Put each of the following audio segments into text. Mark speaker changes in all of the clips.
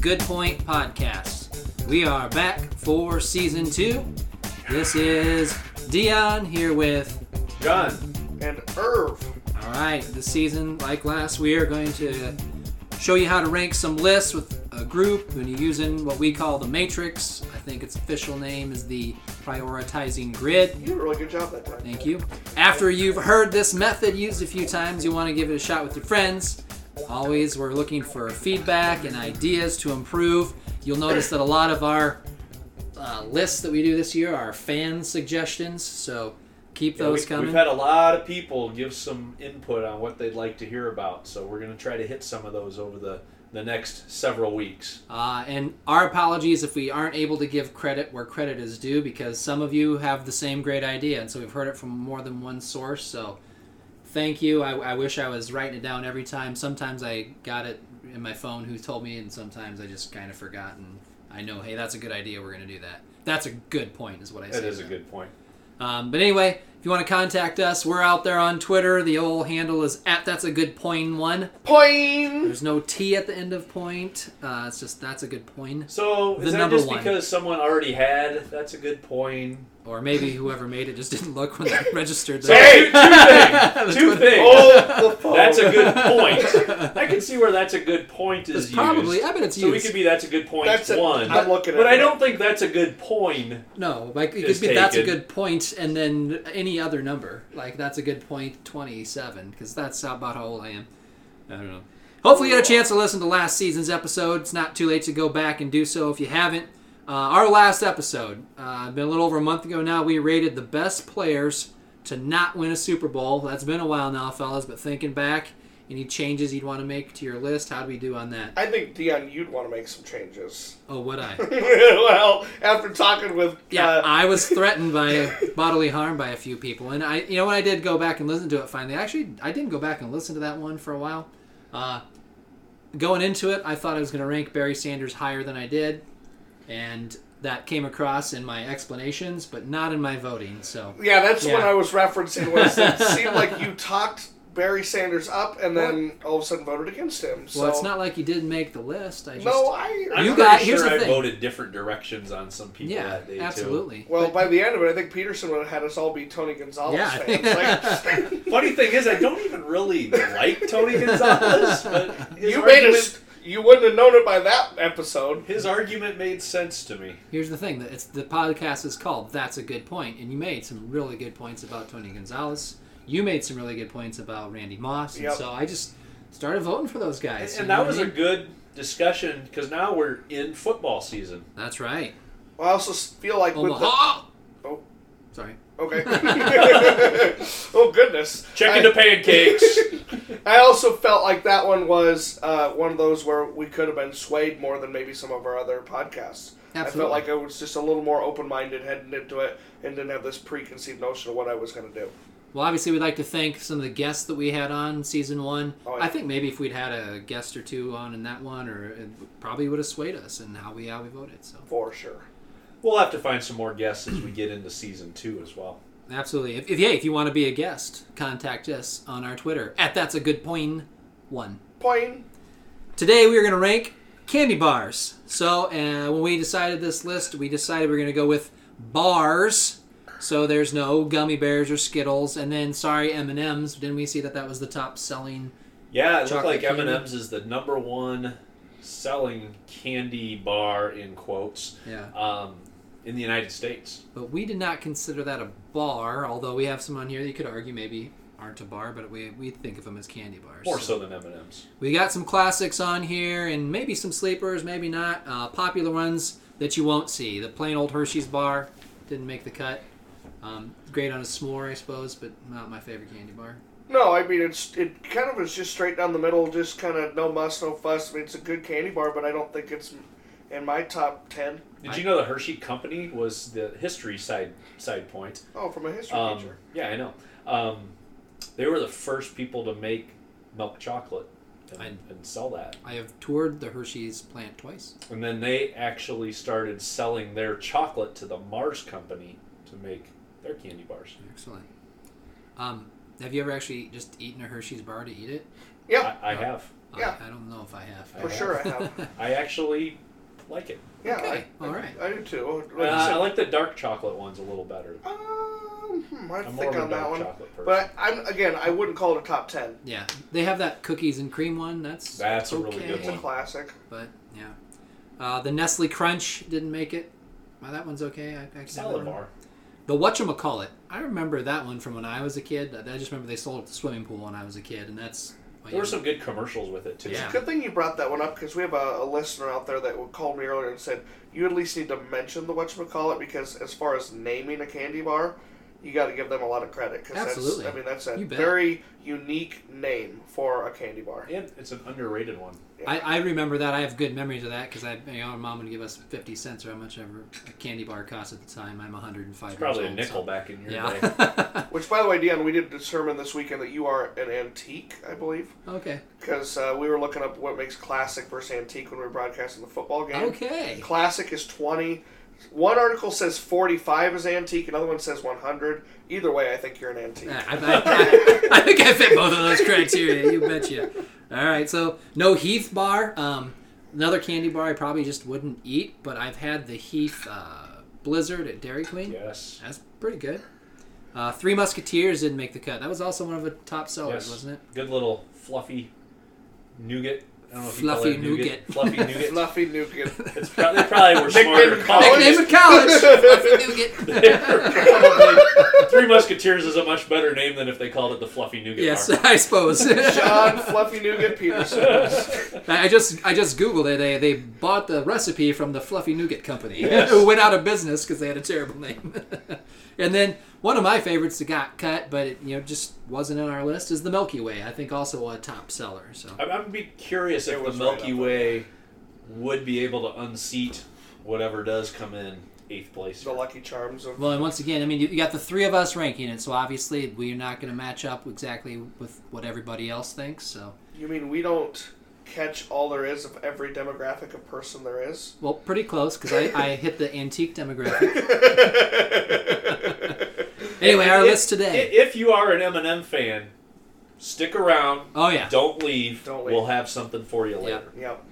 Speaker 1: Good Point Podcast. We are back for season two. This is Dion here with.
Speaker 2: John.
Speaker 3: and Irv.
Speaker 1: All right, this season, like last, we are going to show you how to rank some lists with a group when you're using what we call the matrix. I think its official name is the prioritizing grid.
Speaker 3: You did a really good job that time.
Speaker 1: Thank you. After you've heard this method used a few times, you want to give it a shot with your friends. Always, we're looking for feedback and ideas to improve. You'll notice that a lot of our uh, lists that we do this year are fan suggestions, so keep
Speaker 2: Yeah,
Speaker 1: those
Speaker 2: we,
Speaker 1: coming.
Speaker 2: We've had a lot of people give some input on what they'd like to hear about, so we're going to try to hit some of those over the, the next several weeks.
Speaker 1: Uh, and our apologies if we aren't able to give credit where credit is due because some of you have the same great idea, and so we've heard it from more than one source. So thank you. I, I wish I was writing it down every time. Sometimes I got it in my phone who told me, and sometimes I just kind of forgot. And I know, hey, that's a good idea. We're going to do that. That's a good point, is what I said.
Speaker 2: That is a good point.
Speaker 1: Um, but anyway, if you want to contact us, we're out there on Twitter. The old handle is at that's a good point one.
Speaker 3: Poing!
Speaker 1: There's no T at the end of point. Uh, it's just that's a good point.
Speaker 2: So
Speaker 1: The
Speaker 2: is that
Speaker 1: number
Speaker 2: just
Speaker 1: one.
Speaker 2: because someone already had? That's a good point.
Speaker 1: Or maybe whoever made it just didn't look when they registered.
Speaker 2: So
Speaker 1: that.
Speaker 2: two, two
Speaker 1: The
Speaker 2: things. Two
Speaker 1: Twitter-
Speaker 2: things.
Speaker 3: Oh, the phone.
Speaker 2: That's a good point. I can see where that's a good point is
Speaker 1: It's
Speaker 2: used.
Speaker 1: probably, I bet it's
Speaker 2: so we
Speaker 1: used.
Speaker 2: could be that's a good point
Speaker 3: That's it.
Speaker 2: one.
Speaker 3: I'm looking at
Speaker 2: but I
Speaker 3: it.
Speaker 2: don't think that's a good point.
Speaker 1: no, like it could
Speaker 2: It's
Speaker 1: be that's a
Speaker 2: taken.
Speaker 1: good point, and then any other number. Like that's a good point, twenty-seven, because that's how- about how old I am. I don't know. Hopefully, you had a chance to listen to last season's episode. It's not too late to go back and do so if you haven't. Uh, our last episode, uh, been a little over a month ago now. We rated the best players to not win a Super Bowl. That's been a while now, fellas. But thinking back, any changes you'd want to make to your list? How do we do on that?
Speaker 3: I think Dion, you'd want to make some changes.
Speaker 1: Oh, would I?
Speaker 3: well, after talking with
Speaker 1: Yeah,
Speaker 3: uh,
Speaker 1: I was threatened by bodily harm by a few people, and I, you know, when I did go back and listen to it finally, actually, I didn't go back and listen to that one for a while. Uh, going into it, I thought I was going to rank Barry Sanders higher than I did, and that came across in my explanations, but not in my voting. So
Speaker 3: yeah, that's what
Speaker 1: Yeah.
Speaker 3: I was referencing. Was it seemed like you talked Barry Sanders up and then all of a sudden voted against him. So
Speaker 1: well, it's not like you didn't make the list. I just
Speaker 3: no, I.
Speaker 2: I'm
Speaker 1: You
Speaker 2: pretty
Speaker 1: got-
Speaker 2: sure
Speaker 1: here's the
Speaker 2: I
Speaker 1: thing.
Speaker 2: voted different directions on some people
Speaker 1: yeah,
Speaker 2: that day
Speaker 1: absolutely.
Speaker 3: well,
Speaker 1: But-
Speaker 3: by the end of it, I think Peterson would have had us all be Tony Gonzalez
Speaker 1: Yeah.
Speaker 3: fans. Like,
Speaker 2: too. Funny thing is, I don't even really like Tony Gonzalez, but his
Speaker 3: you
Speaker 2: argument,
Speaker 3: made us. You wouldn't have known it by that episode.
Speaker 2: His argument made sense to me.
Speaker 1: Here's the thing that it's the podcast is called "That's a Good Point," and you made some really good points about Tony Gonzalez. You made some really good points about Randy Moss, and
Speaker 3: Yep.
Speaker 1: so I just started voting for those
Speaker 2: And,
Speaker 1: guys.
Speaker 2: and
Speaker 1: you know
Speaker 2: that
Speaker 1: what
Speaker 2: was
Speaker 1: I
Speaker 2: a
Speaker 1: mean?
Speaker 2: good discussion because now we're in football season.
Speaker 1: that's right.
Speaker 3: Well, I also feel like with the,
Speaker 1: Omaha.
Speaker 3: Oh.
Speaker 1: sorry.
Speaker 3: Okay. oh goodness.
Speaker 2: Chicken
Speaker 3: I,
Speaker 2: to pancakes.
Speaker 3: I also felt like that one was uh, one of those where we could have been swayed more than maybe some of our other podcasts. I
Speaker 1: Absolutely.
Speaker 3: felt like I was just a little more open minded heading into it and didn't have this preconceived notion of what I was going to do.
Speaker 1: Well, obviously, we'd like to thank some of the guests that we had on season one.
Speaker 3: Oh, yeah.
Speaker 1: I think maybe if we'd had a guest or two on in that one, or it probably would have swayed us in how we how we voted. So
Speaker 3: For sure.
Speaker 2: we'll have to find some more guests as we get into season two as well.
Speaker 1: absolutely. If, if hey, if you want to be a guest, contact us on our Twitter at That's a Good Point One.
Speaker 3: Point.
Speaker 1: Today we are going to rank candy bars. So uh, when we decided this list, we decided we are going to go with bars. So there's no gummy bears or Skittles, and then sorry M and M's. Didn't we see that that was the top selling?
Speaker 2: Yeah, it
Speaker 1: Chocolate
Speaker 2: looked like M
Speaker 1: candy.
Speaker 2: and M's is the number one selling candy bar in quotes
Speaker 1: Yeah.
Speaker 2: um, in the United States.
Speaker 1: But we did not consider that a bar, although we have some on here that you could argue maybe aren't a bar, but we we think of them as candy bars.
Speaker 2: More so than M and M's.
Speaker 1: We got some classics on here, and maybe some sleepers, maybe not. Uh, popular ones that you won't see. The plain old Hershey's bar didn't make the cut. Um, great on a s'more, I suppose, but not my favorite candy bar.
Speaker 3: No, I mean it's it kind of is just straight down the middle, just kind of no muss, no fuss. I mean it's a good candy bar, but I don't think it's in my top ten.
Speaker 2: Did
Speaker 1: I-
Speaker 2: you know the Hershey Company was the history side side point?
Speaker 3: Oh, from a history
Speaker 2: Um,
Speaker 3: teacher.
Speaker 2: yeah, I know. Um, they were the first people to make milk chocolate and,
Speaker 1: I-
Speaker 2: and sell that.
Speaker 1: I have toured the Hershey's plant twice.
Speaker 2: And then they actually started selling their chocolate to the Mars Company to make their candy bars.
Speaker 1: Excellent. Um, have you ever actually just eaten a Hershey's bar to eat it?
Speaker 3: Yeah,
Speaker 2: I, I have.
Speaker 1: I-
Speaker 3: Yeah.
Speaker 1: I, don't know if I have.
Speaker 3: for sure I have.
Speaker 2: I actually like it.
Speaker 3: Yeah,
Speaker 1: Okay,
Speaker 3: I,
Speaker 1: all right.
Speaker 3: I do too.
Speaker 2: Uh,
Speaker 3: Like I
Speaker 2: I
Speaker 3: said,
Speaker 2: like the dark chocolate ones a little better.
Speaker 3: um, hmm, I
Speaker 2: I'm more
Speaker 3: think
Speaker 2: of a
Speaker 3: on that
Speaker 2: dark
Speaker 3: one.
Speaker 2: chocolate person.
Speaker 3: But I, I'm again, I wouldn't call it a top ten.
Speaker 1: Yeah, they have that cookies and cream one. That's
Speaker 2: That's a really good
Speaker 3: It's a
Speaker 2: one.
Speaker 3: classic.
Speaker 1: But yeah, uh, the Nestle Crunch didn't make it. Well, that one's okay. I, I can have that
Speaker 2: Salad
Speaker 1: one.
Speaker 2: bar.
Speaker 1: The whatchamacallit. I I remember that one from when I was a kid. I I just remember they sold it at the swimming pool when I was a kid, and that's. my-
Speaker 2: There were some good commercials with it too.
Speaker 1: Yeah.
Speaker 3: Good thing you brought that one up because we have a, a listener out there that called me earlier and said you at least need to mention the whatchamacallit because as far as naming a candy bar, you got to give them a lot of credit because
Speaker 1: Absolutely.
Speaker 3: I mean that's a
Speaker 1: You bet.
Speaker 3: very unique name for a candy bar.
Speaker 2: And it's an underrated one.
Speaker 1: I, I remember that. I have good memories of that because I, you know, my mom would give us fifty cents or how much ever a candy bar cost at the time. I'm 105.
Speaker 2: It's probably a
Speaker 1: years
Speaker 2: nickel
Speaker 1: old,
Speaker 2: back in your
Speaker 1: So.
Speaker 2: day.
Speaker 1: Yeah.
Speaker 3: Which, by the way, Dion, we did determine this weekend that you are an antique, I believe,
Speaker 1: okay.
Speaker 3: because uh, we were looking up what makes classic versus antique when we were broadcasting the football game.
Speaker 1: Okay.
Speaker 3: Classic is 20. One article says 45 is antique, another one says 100. Either way, I think you're an antique.
Speaker 1: Yeah, I, I- I- I think I fit both of those criteria. You betcha. All right, so no Heath bar. Um, another candy bar I probably just wouldn't eat, but I've had the Heath uh, Blizzard at Dairy Queen.
Speaker 2: yes.
Speaker 1: That's pretty good. Uh, Three Musketeers didn't make the cut. That was also one of the top sellers,
Speaker 2: Yes.
Speaker 1: wasn't it?
Speaker 2: Good little fluffy nougat. I don't know if
Speaker 1: Fluffy
Speaker 2: you call it
Speaker 1: nougat.
Speaker 2: nougat. Fluffy nougat.
Speaker 3: Fluffy nougat.
Speaker 2: It's probably, they probably were
Speaker 3: Nickname
Speaker 2: smarter.
Speaker 3: in
Speaker 1: Nickname
Speaker 2: college.
Speaker 3: college?
Speaker 1: in college. Fluffy Nougat.
Speaker 2: Probably- Three Musketeers is a much better name than if they called it the Fluffy Nougat
Speaker 1: yes,
Speaker 2: Bar.
Speaker 1: I suppose.
Speaker 3: John Fluffy Nougat Peterson.
Speaker 1: I just I just googled it. They they bought the recipe from the Fluffy Nougat Company,
Speaker 2: Yes.
Speaker 1: who went out of business because they had a terrible name. and then one of my favorites that got cut, but it, you know just wasn't in our list, is the Milky Way. I think also a top seller. So
Speaker 2: I'm, I'm be curious
Speaker 3: It
Speaker 2: if the
Speaker 3: was right up
Speaker 2: Milky
Speaker 3: there.
Speaker 2: Way would be able to unseat whatever does come in eighth place.
Speaker 3: the Lucky Charms of.
Speaker 1: well, and once again, I mean you, you got the three of us ranking it, so obviously we're not going to match up exactly with what everybody else thinks. So
Speaker 3: You mean we don't catch all there is of every demographic of person there is?
Speaker 1: well, pretty close because I, I hit the antique demographic. anyway, our
Speaker 2: If-
Speaker 1: list today.
Speaker 2: i- If you are an Eminem fan, stick around.
Speaker 1: oh yeah.
Speaker 2: Don't leave.
Speaker 3: Don't
Speaker 2: We'll
Speaker 3: leave.
Speaker 2: have something for you later.
Speaker 3: Yep.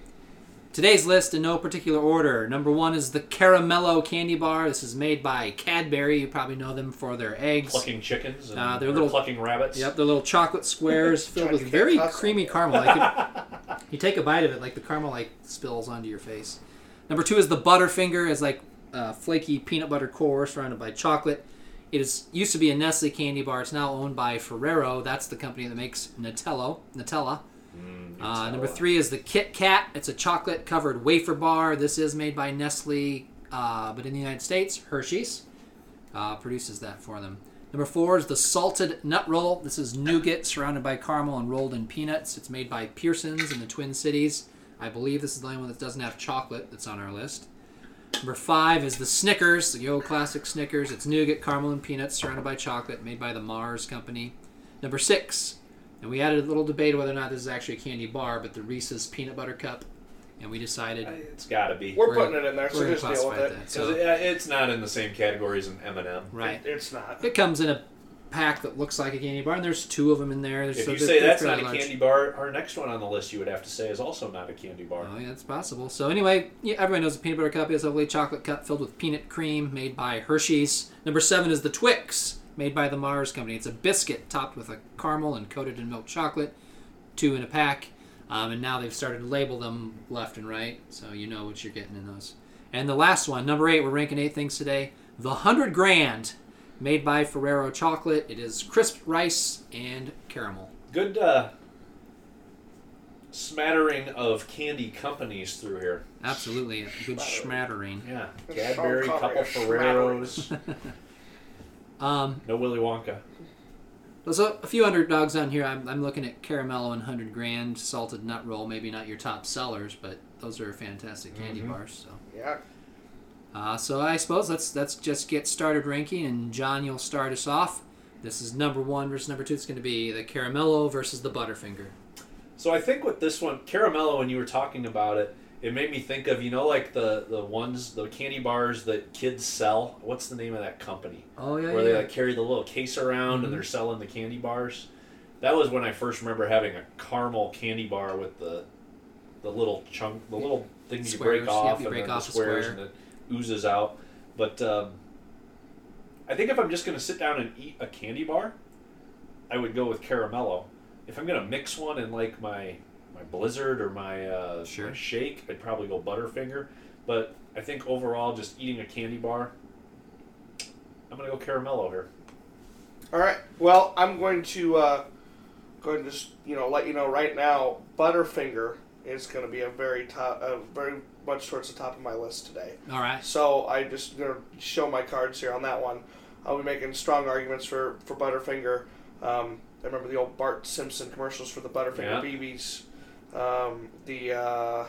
Speaker 1: Today's list in no particular order. Number one is the Caramello candy bar. This is made by Cadbury. You probably know them for their eggs.
Speaker 2: Plucking chickens and
Speaker 1: Uh, they're
Speaker 2: or
Speaker 1: little-
Speaker 2: plucking rabbits.
Speaker 1: Yep, they're little chocolate squares filled
Speaker 3: Trying
Speaker 1: with
Speaker 3: to get
Speaker 1: very
Speaker 3: custom.
Speaker 1: creamy caramel. I could, you take a bite of it, like the caramel like spills onto your face. Number two is the Butterfinger. It's like uh, flaky peanut butter core surrounded by chocolate. It is used to be a Nestle candy bar. It's now owned by Ferrero. That's the company that makes Nutella. Nutella.
Speaker 2: Mm,
Speaker 1: Uh, number three is the Kit Kat. It's a chocolate covered wafer bar. This is made by Nestle, uh, but in the United States, Hershey's uh, produces that for them. Number four is the Salted Nut Roll. This is nougat surrounded by caramel and rolled in peanuts. It's made by Pearson's in the Twin Cities. I believe this is the only one that doesn't have chocolate that's on our list. Number five is the Snickers, the old classic Snickers. It's nougat, caramel, and peanuts surrounded by chocolate, made by the Mars Company. Number six, and we had a little debate whether or not this is actually a candy bar, but the Reese's peanut butter cup, and we decided
Speaker 2: It's got to be.
Speaker 3: We're,
Speaker 1: We're
Speaker 3: putting
Speaker 1: gonna-
Speaker 3: it in there,
Speaker 1: we're
Speaker 3: so
Speaker 1: going to
Speaker 3: just deal with
Speaker 1: classify
Speaker 3: it.
Speaker 1: that.
Speaker 2: 'Cause
Speaker 1: So,
Speaker 2: it- uh, it's not in the same category as an M&M.
Speaker 1: right,
Speaker 3: It's not.
Speaker 1: it comes in a pack that looks like a candy bar, and there's two of them in there. There's-
Speaker 2: If
Speaker 1: so
Speaker 2: you
Speaker 1: they're-
Speaker 2: say
Speaker 1: they're
Speaker 2: that's
Speaker 1: fairly
Speaker 2: not a
Speaker 1: large.
Speaker 2: candy bar, our next one on the list you would have to say is also not a candy bar.
Speaker 1: Oh, yeah, it's possible. So anyway, yeah, everybody knows the peanut butter cup is a lovely chocolate cup filled with peanut cream made by Hershey's. Number seven is the Twix, made by the Mars Company. It's a biscuit topped with a caramel and coated in milk chocolate, two in a pack. Um, and now they've started to label them left and right, so you know what you're getting in those. And the last one, number eight, we're ranking eight things today. The Hundred Grand, made by Ferrero Chocolate. It is crisp rice and caramel.
Speaker 2: Good uh, smattering of candy companies through here.
Speaker 1: Absolutely, a good smattering.
Speaker 2: Yeah,
Speaker 3: That's
Speaker 2: Cadbury,
Speaker 3: Sean Connery,
Speaker 2: couple Ferreros,
Speaker 1: Um,
Speaker 2: no Willy Wonka.
Speaker 1: There's a, a few underdogs on here. I'm, I'm looking at Caramello and 100 Grand, Salted Nut Roll. Maybe not your top sellers, but those are fantastic candy
Speaker 2: Mhm.
Speaker 1: bars. So,
Speaker 3: Yeah.
Speaker 1: uh, so I suppose let's let's just get started ranking, and John, you'll start us off. This is number one versus number two. It's going to be the Caramello versus the Butterfinger.
Speaker 2: So I think with this one, Caramello, when you were talking about it, it made me think of you know like the the ones the candy bars that kids sell. What's the name of that company
Speaker 1: Oh yeah,
Speaker 2: where
Speaker 1: yeah.
Speaker 2: they like carry the little case around
Speaker 1: Mhm.
Speaker 2: and they're selling the candy bars? That was when I first remember having a caramel candy bar with the the little chunk, the little things you
Speaker 1: Squares,
Speaker 2: break
Speaker 1: yep,
Speaker 2: off,
Speaker 1: you
Speaker 2: and
Speaker 1: break
Speaker 2: then
Speaker 1: off a
Speaker 2: the squares,
Speaker 1: square.
Speaker 2: and it oozes out. But um, I think if I'm just going to sit down and eat a candy bar, I would go with caramello. If I'm going to mix one in like my my blizzard or my, uh,
Speaker 1: Sure.
Speaker 2: my shake, I'd probably go Butterfinger. But I think overall, just eating a candy bar, I'm going to go caramello here.
Speaker 3: All right. Well, I'm going to uh, go ahead and just you know let you know right now. Butterfinger is going to be a very top, uh, very much towards the top of my list today.
Speaker 1: All right.
Speaker 3: So I just going to show my cards here on that one. I'll be making strong arguments for for Butterfinger. Um, I remember the old Bart Simpson commercials for the
Speaker 2: Yeah.
Speaker 3: Butterfinger BBs. Um, the uh,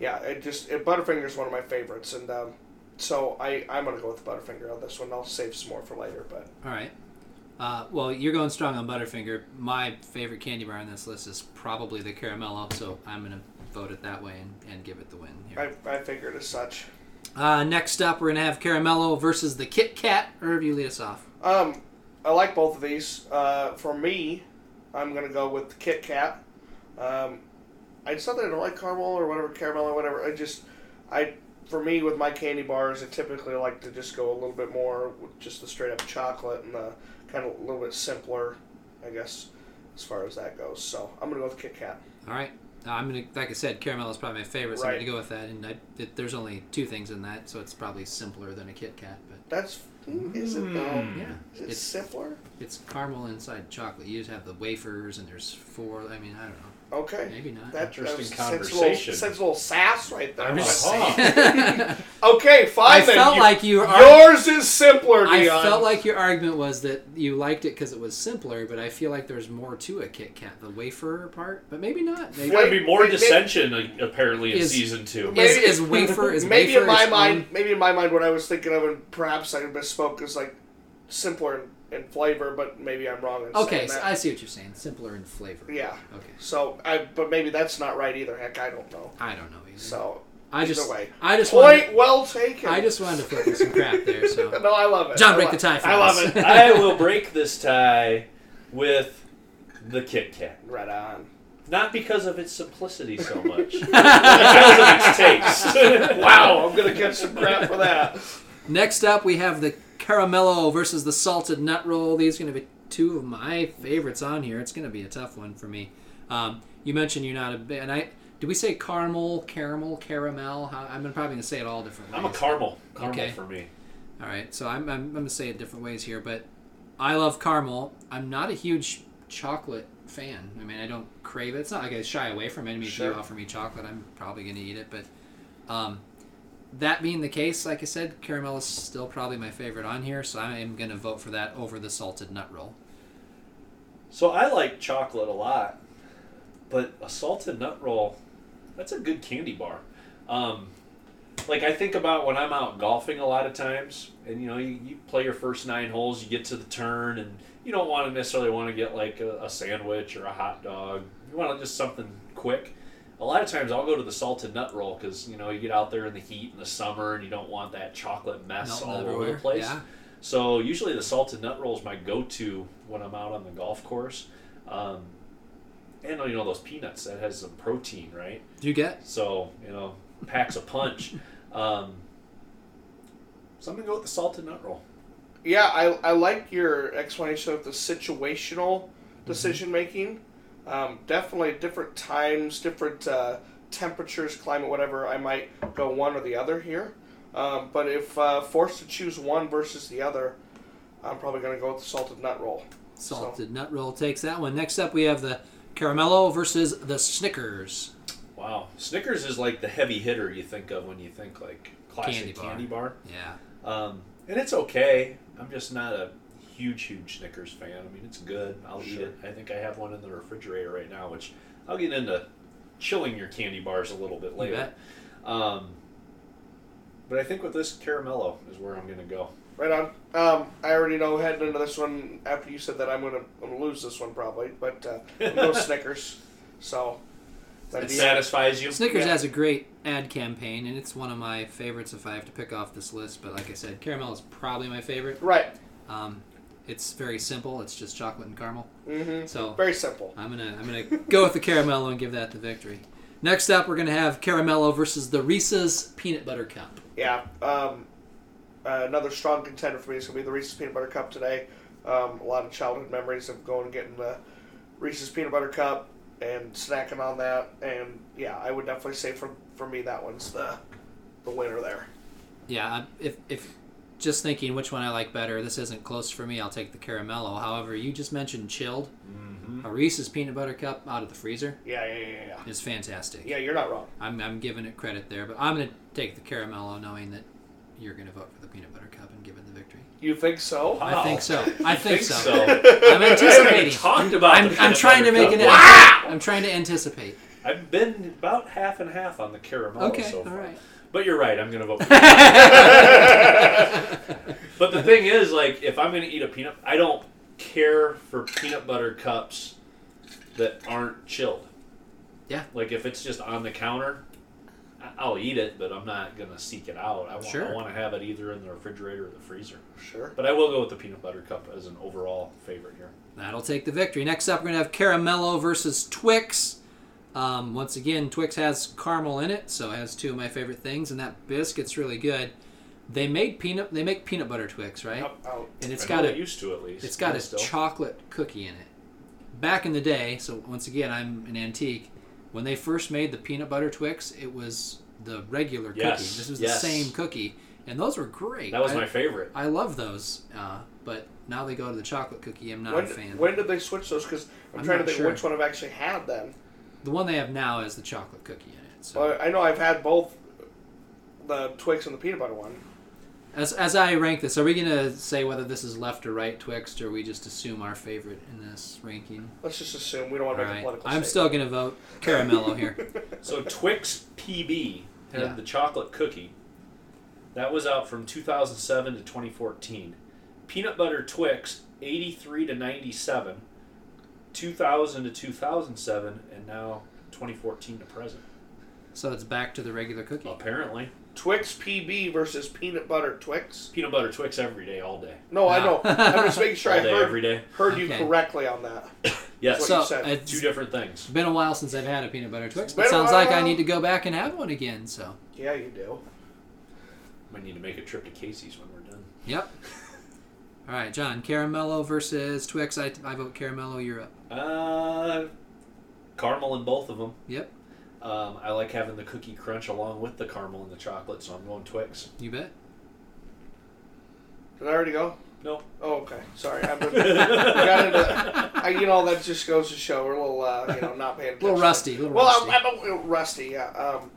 Speaker 3: yeah, it just it, Butterfinger is one of my favorites, and um, so I I'm gonna go with Butterfinger on this one. I'll save some more for later, but.
Speaker 1: All right. Uh, well, you're going strong on Butterfinger. My favorite candy bar on this list is probably the Caramello, so I'm going to vote it that way and, and give it the win
Speaker 3: I,
Speaker 1: here.
Speaker 3: I figured as such.
Speaker 1: Uh, next up, we're going to have Caramello versus the Kit Kat. Irv, you lead us off.
Speaker 3: Um, I like both of these. Uh, for me, I'm gonna go with the Kit Kat. Um, I just thought that I don't like caramel or whatever caramel or whatever. I just, I for me with my candy bars, I typically like to just go a little bit more with just the straight up chocolate and the kind of a little bit simpler, I guess, as far as that goes. So I'm gonna go with Kit Kat.
Speaker 1: All right. Uh, I'm gonna, like I said, Caramello is probably my favorite, so I'm
Speaker 3: Right.
Speaker 1: gonna go with that. And I, it, there's only two things in that, so it's probably simpler than a Kit Kat. But
Speaker 3: That's is it though?
Speaker 2: Mm.
Speaker 1: yeah,
Speaker 3: Is it
Speaker 1: it's
Speaker 3: simpler?
Speaker 1: it's caramel inside chocolate. You just have the wafers, and there's four. I mean, I don't know,
Speaker 3: Okay.
Speaker 1: maybe not.
Speaker 3: That,
Speaker 2: Interesting
Speaker 3: that was,
Speaker 2: conversation.
Speaker 3: Sends a little, sends a little sass right there.
Speaker 2: I'm
Speaker 3: Like,
Speaker 2: just
Speaker 3: huh.
Speaker 2: saying.
Speaker 3: Okay, fine.
Speaker 1: I
Speaker 3: then.
Speaker 1: felt
Speaker 3: You-
Speaker 1: like you. Are,
Speaker 3: yours is simpler,
Speaker 1: I
Speaker 3: Dion.
Speaker 1: felt like your argument was that you liked it because it was simpler, but I feel like there's more to a Kit Kat, the wafer part, but maybe not. Maybe
Speaker 2: There's going to be more
Speaker 3: Wait, wait,
Speaker 2: dissension uh, apparently in
Speaker 1: Is-
Speaker 2: season two.
Speaker 1: is- is wafer- is
Speaker 3: maybe
Speaker 1: wafer
Speaker 3: in my
Speaker 1: its
Speaker 3: mind
Speaker 1: own-
Speaker 3: maybe in my mind what I was thinking of and perhaps I misspoke is like simpler in, in flavor, but maybe I'm wrong. In
Speaker 1: okay,
Speaker 3: saying
Speaker 1: so
Speaker 3: that.
Speaker 1: I see what you're saying. Simpler in flavor.
Speaker 3: yeah.
Speaker 1: Okay.
Speaker 3: So I but maybe that's not right either. Heck, I don't know.
Speaker 1: I don't know either.
Speaker 3: So
Speaker 1: I
Speaker 3: either
Speaker 1: just,
Speaker 3: way.
Speaker 1: I just
Speaker 3: point
Speaker 1: wanted,
Speaker 3: well taken.
Speaker 1: I just wanted to flip you some crap there. So
Speaker 3: no, I love it.
Speaker 1: John,
Speaker 3: I
Speaker 1: break
Speaker 3: lo-
Speaker 1: the tie for
Speaker 3: I love
Speaker 1: us.
Speaker 3: it.
Speaker 2: I will break this tie with the Kit Kat.
Speaker 3: Right on.
Speaker 2: Not because of its simplicity so much, but because of its taste.
Speaker 3: Wow, I'm gonna get some crap for that.
Speaker 1: next up, we have the caramello versus the salted nut roll. These are going to be two of my favorites on here. It's going to be a tough one for me. Um, you mentioned you're not a big, and I do we say caramel, caramel, caramel? How, I'm probably going to say it all different ways.
Speaker 2: I'm a caramel. Caramel
Speaker 1: Okay.
Speaker 2: for me.
Speaker 1: All right, so I'm, I'm, I'm going to say it different ways here, but I love caramel. I'm not a huge chocolate fan. I mean, I don't crave it. It's not like I shy away from it. I mean, if
Speaker 2: Sure.
Speaker 1: you offer me chocolate, I'm probably going to eat it. But um, that being the case, like I said, caramel is still probably my favorite on here, so I am going to vote for that over the salted nut roll.
Speaker 2: So I like chocolate a lot, but a salted nut roll, that's a good candy bar. Um, like I think about when I'm out golfing a lot of times, and you know, you, you play your first nine holes, you get to the turn, and you don't want to necessarily want to get like a, a sandwich or a hot dog. You want to just something quick. A lot of times I'll go to the salted nut roll because you know you get out there in the heat in the summer and you don't want that chocolate mess
Speaker 1: Melting
Speaker 2: all over
Speaker 1: everywhere,
Speaker 2: the place.
Speaker 1: yeah.
Speaker 2: So usually the salted nut roll is my go-to when I'm out on the golf course. Um, and you know those peanuts that has some protein, right?
Speaker 1: Do you get?
Speaker 2: So you know packs a punch. Um, so I'm gonna go with the salted nut roll.
Speaker 3: Yeah, I, I like your explanation of the situational decision making. Um, definitely different times, different uh, temperatures, climate, whatever. I might go one or the other here. Um, but if uh, forced to choose one versus the other, I'm probably going to go with the salted nut roll.
Speaker 1: Salted nut roll takes that one. Next up, we have the caramello versus the Snickers.
Speaker 2: Wow, Snickers is like the heavy hitter you think of when you think like
Speaker 1: Candy
Speaker 2: classic
Speaker 1: bar.
Speaker 2: candy bar.
Speaker 1: Yeah.
Speaker 2: Um, and it's okay. I'm just not a huge, huge Snickers fan. I mean, it's good. I'll eat
Speaker 3: Sure.
Speaker 2: it. I think I have one in the refrigerator right now, which I'll get into chilling your candy bars a little bit later.
Speaker 1: bet.
Speaker 2: Um, but I think with this, caramello is where I'm going to go.
Speaker 3: Right on. Um, I already know heading into this one, after you said that, I'm going to I'm gonna lose this one probably. But uh, I'm gonna go Snickers. So, that'd
Speaker 2: It
Speaker 3: be it.
Speaker 2: satisfies you.
Speaker 1: Snickers
Speaker 3: Yeah.
Speaker 1: has a great ad campaign, and it's one of my favorites if I have to pick off this list. But like I said, caramel is probably my favorite.
Speaker 3: Right.
Speaker 1: Um, it's very simple. It's just chocolate and caramel.
Speaker 3: Mm-hmm.
Speaker 1: So
Speaker 3: Very simple.
Speaker 1: I'm gonna I'm gonna go with the caramel and give that the victory. Next up, we're going to have Caramello versus the Reese's Peanut Butter Cup.
Speaker 3: Yeah. Um, uh, another strong contender for me is going to be the Reese's Peanut Butter Cup today. Um, a lot of childhood memories of going and getting the Reese's Peanut Butter Cup and snacking on that. And yeah, I would definitely say for, for me, that one's the, the winner there.
Speaker 1: Yeah, I- if, if just thinking which one I like better, this isn't close for me. I'll take the Caramello. However, you just mentioned chilled.
Speaker 2: Mm-hmm.
Speaker 1: A Reese's Peanut Butter Cup out of the freezer
Speaker 3: Yeah, yeah, yeah, yeah.
Speaker 1: is fantastic.
Speaker 3: Yeah, you're not wrong.
Speaker 1: I'm, I'm giving it credit there, but I'm going to take the Caramello knowing that you're going to vote for the Peanut Butter Cup and give it the victory.
Speaker 3: You think so?
Speaker 1: I think so. I
Speaker 2: Oh. You
Speaker 1: think,
Speaker 2: think
Speaker 1: so.
Speaker 2: so?
Speaker 1: I'm
Speaker 2: I haven't even
Speaker 1: anticipating.
Speaker 2: talked about. the
Speaker 1: I'm, I'm
Speaker 2: peanut
Speaker 1: trying to
Speaker 2: butter
Speaker 1: make an.
Speaker 2: cup.
Speaker 1: I'm trying to anticipate.
Speaker 2: I've been about half and half on the caramel
Speaker 1: Okay,
Speaker 2: so
Speaker 1: all
Speaker 2: far.
Speaker 1: right.
Speaker 2: But you're right. I'm gonna vote. for- but the thing is, like, if I'm gonna eat a peanut, I don't care for peanut butter cups that aren't chilled.
Speaker 1: Yeah.
Speaker 2: Like if it's just on the counter, I- I'll eat it, but I'm not gonna seek it out. I want,
Speaker 1: Sure.
Speaker 2: I want to have it either in the refrigerator or the freezer.
Speaker 3: Sure.
Speaker 2: But I will go with the peanut butter cup as an overall favorite here.
Speaker 1: That'll take the victory. Next up, we're gonna have Caramello versus Twix. Um, once again, Twix has caramel in it, so it has two of my favorite things, and that biscuit's really good. They made peanut. They make peanut butter Twix, right?
Speaker 3: Out, out.
Speaker 1: And it's
Speaker 2: I'm
Speaker 1: got
Speaker 2: not
Speaker 1: a
Speaker 2: used to at least.
Speaker 1: It's got
Speaker 2: but
Speaker 1: a
Speaker 2: still.
Speaker 1: chocolate cookie in it. Back in the day, so once again, I'm an antique. When they first made the peanut butter Twix, it was the regular
Speaker 2: Yes,
Speaker 1: cookie. This was
Speaker 2: yes.
Speaker 1: the same cookie, and those were great.
Speaker 2: That was
Speaker 1: I,
Speaker 2: my favorite.
Speaker 1: I love those, uh, but now they go to the chocolate cookie. I'm not
Speaker 3: When,
Speaker 1: a fan.
Speaker 3: when did they switch those? Because I'm,
Speaker 1: I'm
Speaker 3: trying to
Speaker 1: not
Speaker 3: think
Speaker 1: sure.
Speaker 3: which one I've actually had then.
Speaker 1: the one they have now is the chocolate cookie in it. So
Speaker 3: Well, I know I've had both the Twix and the peanut butter one.
Speaker 1: as as I rank this, are we gonna say whether this is left or right Twix, or we just assume our favorite in this ranking?
Speaker 3: Let's just assume we don't want
Speaker 1: All
Speaker 3: to make
Speaker 1: right.
Speaker 3: a political
Speaker 1: I'm
Speaker 3: statement.
Speaker 1: still gonna vote Caramello here.
Speaker 2: So Twix PB had
Speaker 1: Yeah.
Speaker 2: the chocolate cookie. That was out from 2007 to 2014. Peanut butter Twix 83 to 97, 2000 to 2007, and now 2014 to present.
Speaker 1: So it's back to the regular cookie.
Speaker 2: Apparently,
Speaker 3: Twix PB versus peanut butter Twix.
Speaker 2: peanut butter Twix every day, all day,
Speaker 3: No, I know.
Speaker 1: No.
Speaker 3: I'm just making sure I
Speaker 2: all day,
Speaker 3: heard,
Speaker 2: every day.
Speaker 3: heard you
Speaker 1: Okay.
Speaker 3: correctly on that.
Speaker 2: Yes,
Speaker 3: That's what
Speaker 1: So
Speaker 3: you said.
Speaker 1: it's
Speaker 2: two different things.
Speaker 1: been a while since I've had a peanut butter Twix, but
Speaker 3: Been a
Speaker 1: sounds like I
Speaker 3: while.
Speaker 1: need to go back and have one again. So,
Speaker 3: Yeah, you do.
Speaker 2: Might need to make a trip to Casey's when we're done.
Speaker 1: yep. All right, John, Caramello versus Twix. I, I vote Caramello. You're up.
Speaker 2: Uh, caramel in both of them.
Speaker 1: Yep,
Speaker 2: Um, I like having the cookie crunch along with the caramel and the chocolate, so I'm going Twix.
Speaker 1: you bet.
Speaker 3: Did I already go?
Speaker 2: No.
Speaker 3: Oh, okay. Sorry. I've been, got into, I, you know, that just goes to show we're a little, uh, you know, not paying
Speaker 1: A
Speaker 3: attention.
Speaker 1: little rusty. A little
Speaker 3: Well,
Speaker 1: rusty.
Speaker 3: I'm, I'm a little rusty, yeah. Um,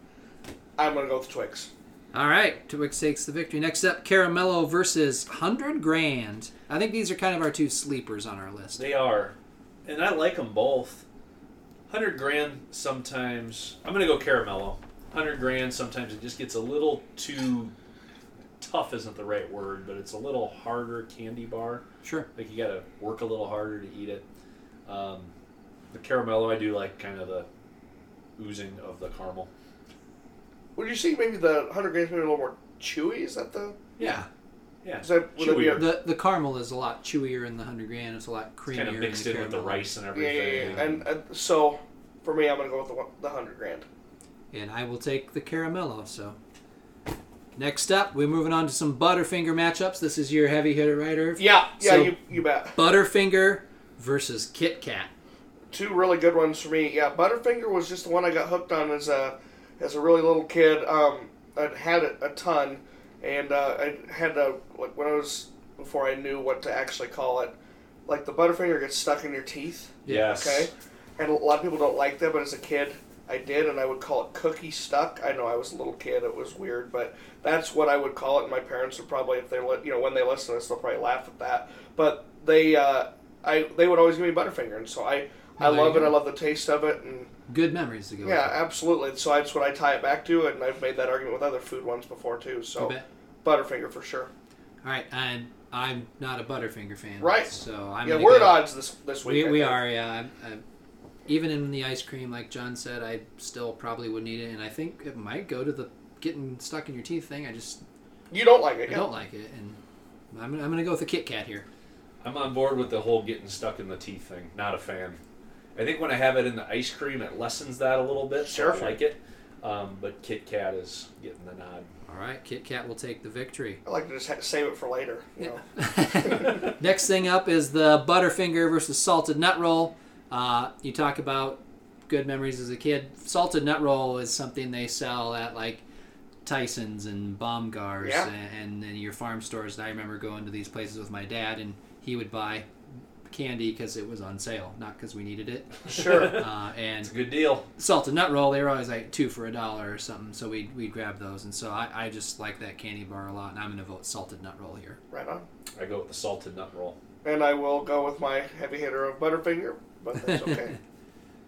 Speaker 3: I'm going to go with Twix.
Speaker 1: All right, Twix takes the victory. Next up, Caramello versus Hundred Grand. I think these are kind of our two sleepers on our list.
Speaker 2: They are, and I like them both. Hundred grand sometimes. I'm gonna go caramello. Hundred grand sometimes it just gets a little too tough. Isn't the right word, but it's a little harder candy bar.
Speaker 1: Sure.
Speaker 2: Like you gotta work a little harder to eat it. Um, the caramello I do like kind of the oozing of the caramel.
Speaker 3: Would you see maybe the 100 grams maybe a little more chewy? Is that the.
Speaker 2: Yeah. Yeah.
Speaker 3: Is that, would that be a-
Speaker 2: Chewier.
Speaker 1: The the caramel is a lot chewier in the Hundred Grand. It's a lot creamier.
Speaker 2: Kind of mixed
Speaker 1: in
Speaker 2: in
Speaker 1: the
Speaker 2: with the
Speaker 1: Caramello.
Speaker 2: rice and
Speaker 3: yeah,
Speaker 2: everything.
Speaker 3: yeah, yeah, yeah. And uh, so, for me, I'm going to go with the, one- the 100 grand.
Speaker 1: And I will take the caramello, so. Next up, we're moving on to some Butterfinger matchups. This is your heavy hitter, right, Irv?
Speaker 3: Yeah, yeah,
Speaker 1: So-
Speaker 3: you, you bet.
Speaker 1: Butterfinger versus Kit Kat.
Speaker 3: two really good ones for me. Yeah, Butterfinger was just the one I got hooked on as a as a really little kid. Um, I had it a ton, and uh, I had a like when I was before I knew what to actually call it. Like the Butterfinger gets stuck in your teeth.
Speaker 2: Yes.
Speaker 3: Okay, and a lot of people don't like that, but as a kid. I did, and I would call it cookie stuck. I know I was a little kid; it was weird, but that's what I would call it. And my parents would probably, if they, li- you know, when they listen to this, they'll probably laugh at that. But they, uh, I, they would always give me Butterfinger, and so I, I
Speaker 1: Well, there
Speaker 3: love
Speaker 1: you
Speaker 3: it.
Speaker 1: go.
Speaker 3: I love the taste of it, and
Speaker 1: Good memories to go
Speaker 3: yeah, absolutely. So that's what I tie it back to, and I've made that argument with other food ones before too.
Speaker 1: with. You
Speaker 3: So
Speaker 1: bet.
Speaker 3: Butterfinger for sure.
Speaker 1: All right, I'm, I'm not a Butterfinger fan.
Speaker 3: Right.
Speaker 1: So I'm
Speaker 3: yeah,
Speaker 1: gonna
Speaker 3: we're at
Speaker 1: go-
Speaker 3: odds this this week.
Speaker 1: We,
Speaker 3: I
Speaker 1: we
Speaker 3: think.
Speaker 1: are, yeah. I, I, even in the ice cream, like John said, I still probably would need it. And I think it might go to the getting stuck in your teeth thing. I just
Speaker 3: You don't like it?
Speaker 1: I
Speaker 3: Yeah.
Speaker 1: don't like it. And I'm, I'm going to go with the Kit Kat here.
Speaker 2: I'm on board with the whole getting stuck in the teeth thing. Not a fan. I think when I have it in the ice cream, it lessens that a little bit.
Speaker 3: Sure.
Speaker 2: So I like it. Um, but Kit Kat is getting the nod.
Speaker 1: All right, Kit Kat will take the victory.
Speaker 3: I like to just ha- save it for later. You know?
Speaker 1: Next thing up is the Butterfinger versus Salted Nut Roll. Uh, you talk about good memories as a kid. Salted Nut Roll is something they sell at like Tyson's and Baumgars
Speaker 3: Yeah.
Speaker 1: and, and, and your farm stores. And I remember going to these places with my dad, and he would buy candy because it was on sale, not because we needed it.
Speaker 3: Sure.
Speaker 1: Uh, and
Speaker 2: It's a good deal.
Speaker 1: salted nut roll they were always like two for a dollar or something so we'd, we'd grab those and so I, I just like that candy bar a lot and i'm gonna vote salted nut roll here
Speaker 3: Right on.
Speaker 2: I go with the salted nut roll.
Speaker 3: And I will go with my heavy hitter of Butterfinger, but that's okay.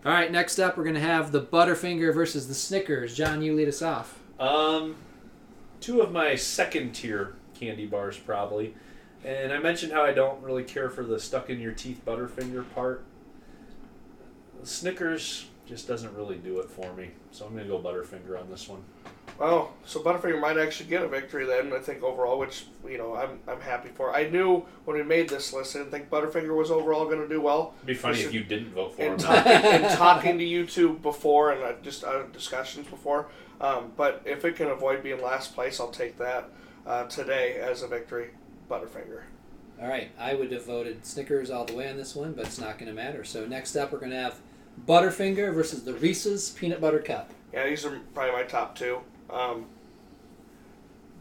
Speaker 1: all right next up we're gonna have the butterfinger versus the snickers john you lead us off
Speaker 2: Um, two of my second tier candy bars probably, and I mentioned how I don't really care for the stuck in your teeth Butterfinger part. Snickers just doesn't really do it for me, so I'm gonna go Butterfinger on this one.
Speaker 3: Well, so Butterfinger might actually get a victory then. I think overall, which you know, I'm I'm happy for. I knew when we made this list, I didn't think Butterfinger was overall going to do well.
Speaker 2: It'd be funny if you didn't vote for
Speaker 3: And
Speaker 2: him.
Speaker 3: talking, and talking to you two before, and uh, just uh, discussions before. Um, but if it can avoid being last place, I'll take that uh, today as a victory. Butterfinger.
Speaker 1: all right i would have voted snickers all the way on this one but it's not gonna matter so next up we're gonna have butterfinger versus the reese's peanut butter cup
Speaker 3: Yeah, these are probably my top two. Um,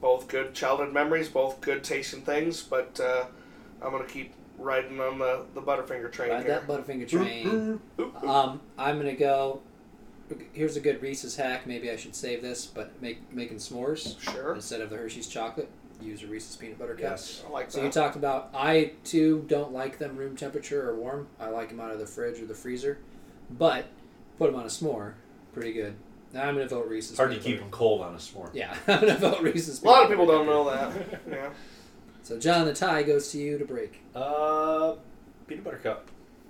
Speaker 3: both good childhood memories, both good tasting things, but uh, I'm gonna keep riding on the, the Butterfinger train
Speaker 1: Ride
Speaker 3: here.
Speaker 1: that butterfinger train Um, I'm gonna go. Here's a good Reese's hack. Maybe I should save this, but make making s'mores
Speaker 3: Sure.
Speaker 1: instead of the Hershey's chocolate, use a Reese's peanut butter cup.
Speaker 2: Yes.
Speaker 3: I like
Speaker 1: So you
Speaker 3: that.
Speaker 1: talked about I too don't like them room temperature or warm. I like them out of the fridge or the freezer, but put them on a s'more, pretty good. Now I'm gonna vote Reese's.
Speaker 2: It's hard to
Speaker 1: peanut
Speaker 2: keep
Speaker 1: butter.
Speaker 2: him cold on a s'more.
Speaker 1: Yeah, I'm gonna vote Reese's.
Speaker 3: a lot
Speaker 1: peanut
Speaker 3: of people
Speaker 1: butter
Speaker 3: don't
Speaker 1: cup.
Speaker 3: know that. Yeah.
Speaker 1: So John, the tie goes to you to break.
Speaker 2: Uh, peanut butter cup.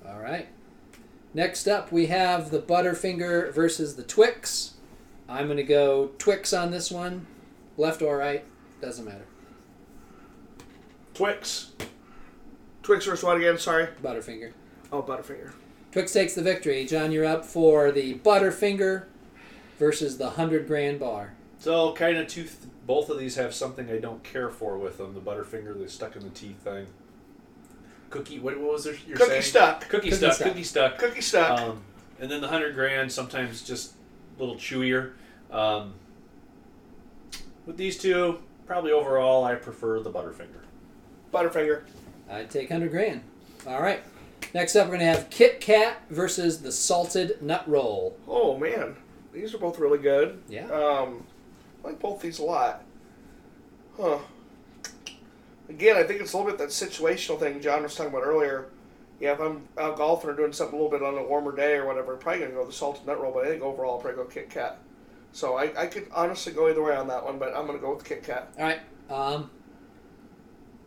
Speaker 1: All right. Next up, we have the Butterfinger versus the Twix. I'm going to go Twix on this one. Left or right, doesn't matter.
Speaker 3: Twix. Twix versus what again? Sorry.
Speaker 1: Butterfinger.
Speaker 3: Oh, Butterfinger.
Speaker 1: Twix takes the victory. John, you're up for the Butterfinger versus the 100 grand bar.
Speaker 2: So kind of two. both of these have something I don't care for with them. The Butterfinger, the stuck in the teeth thing. Cookie. What, what was there? You're
Speaker 3: Cookie
Speaker 2: saying?
Speaker 3: stuck.
Speaker 2: Cookie,
Speaker 1: Cookie
Speaker 2: stuck.
Speaker 1: stuck.
Speaker 2: Cookie stuck.
Speaker 3: Cookie stuck.
Speaker 1: Oh.
Speaker 2: Um, and then the hundred grand, sometimes just a little chewier. Um, with these two, probably overall, I prefer the Butterfinger.
Speaker 3: Butterfinger.
Speaker 1: I'd take 100 grand. All right. Next up, we're going to have Kit Kat versus the Salted Nut Roll.
Speaker 3: Oh man, these are both really good.
Speaker 1: Yeah.
Speaker 3: Um, I like both these a lot. Huh. Again, I think it's a little bit that situational thing John was talking about earlier. Yeah, if I'm out golfing or doing something a little bit on a warmer day or whatever, I'm probably gonna go the salted nut roll. But I think overall, I'll probably go Kit Kat. So I, I could honestly go either way on that one, but I'm gonna go with Kit Kat.
Speaker 1: All right. Um,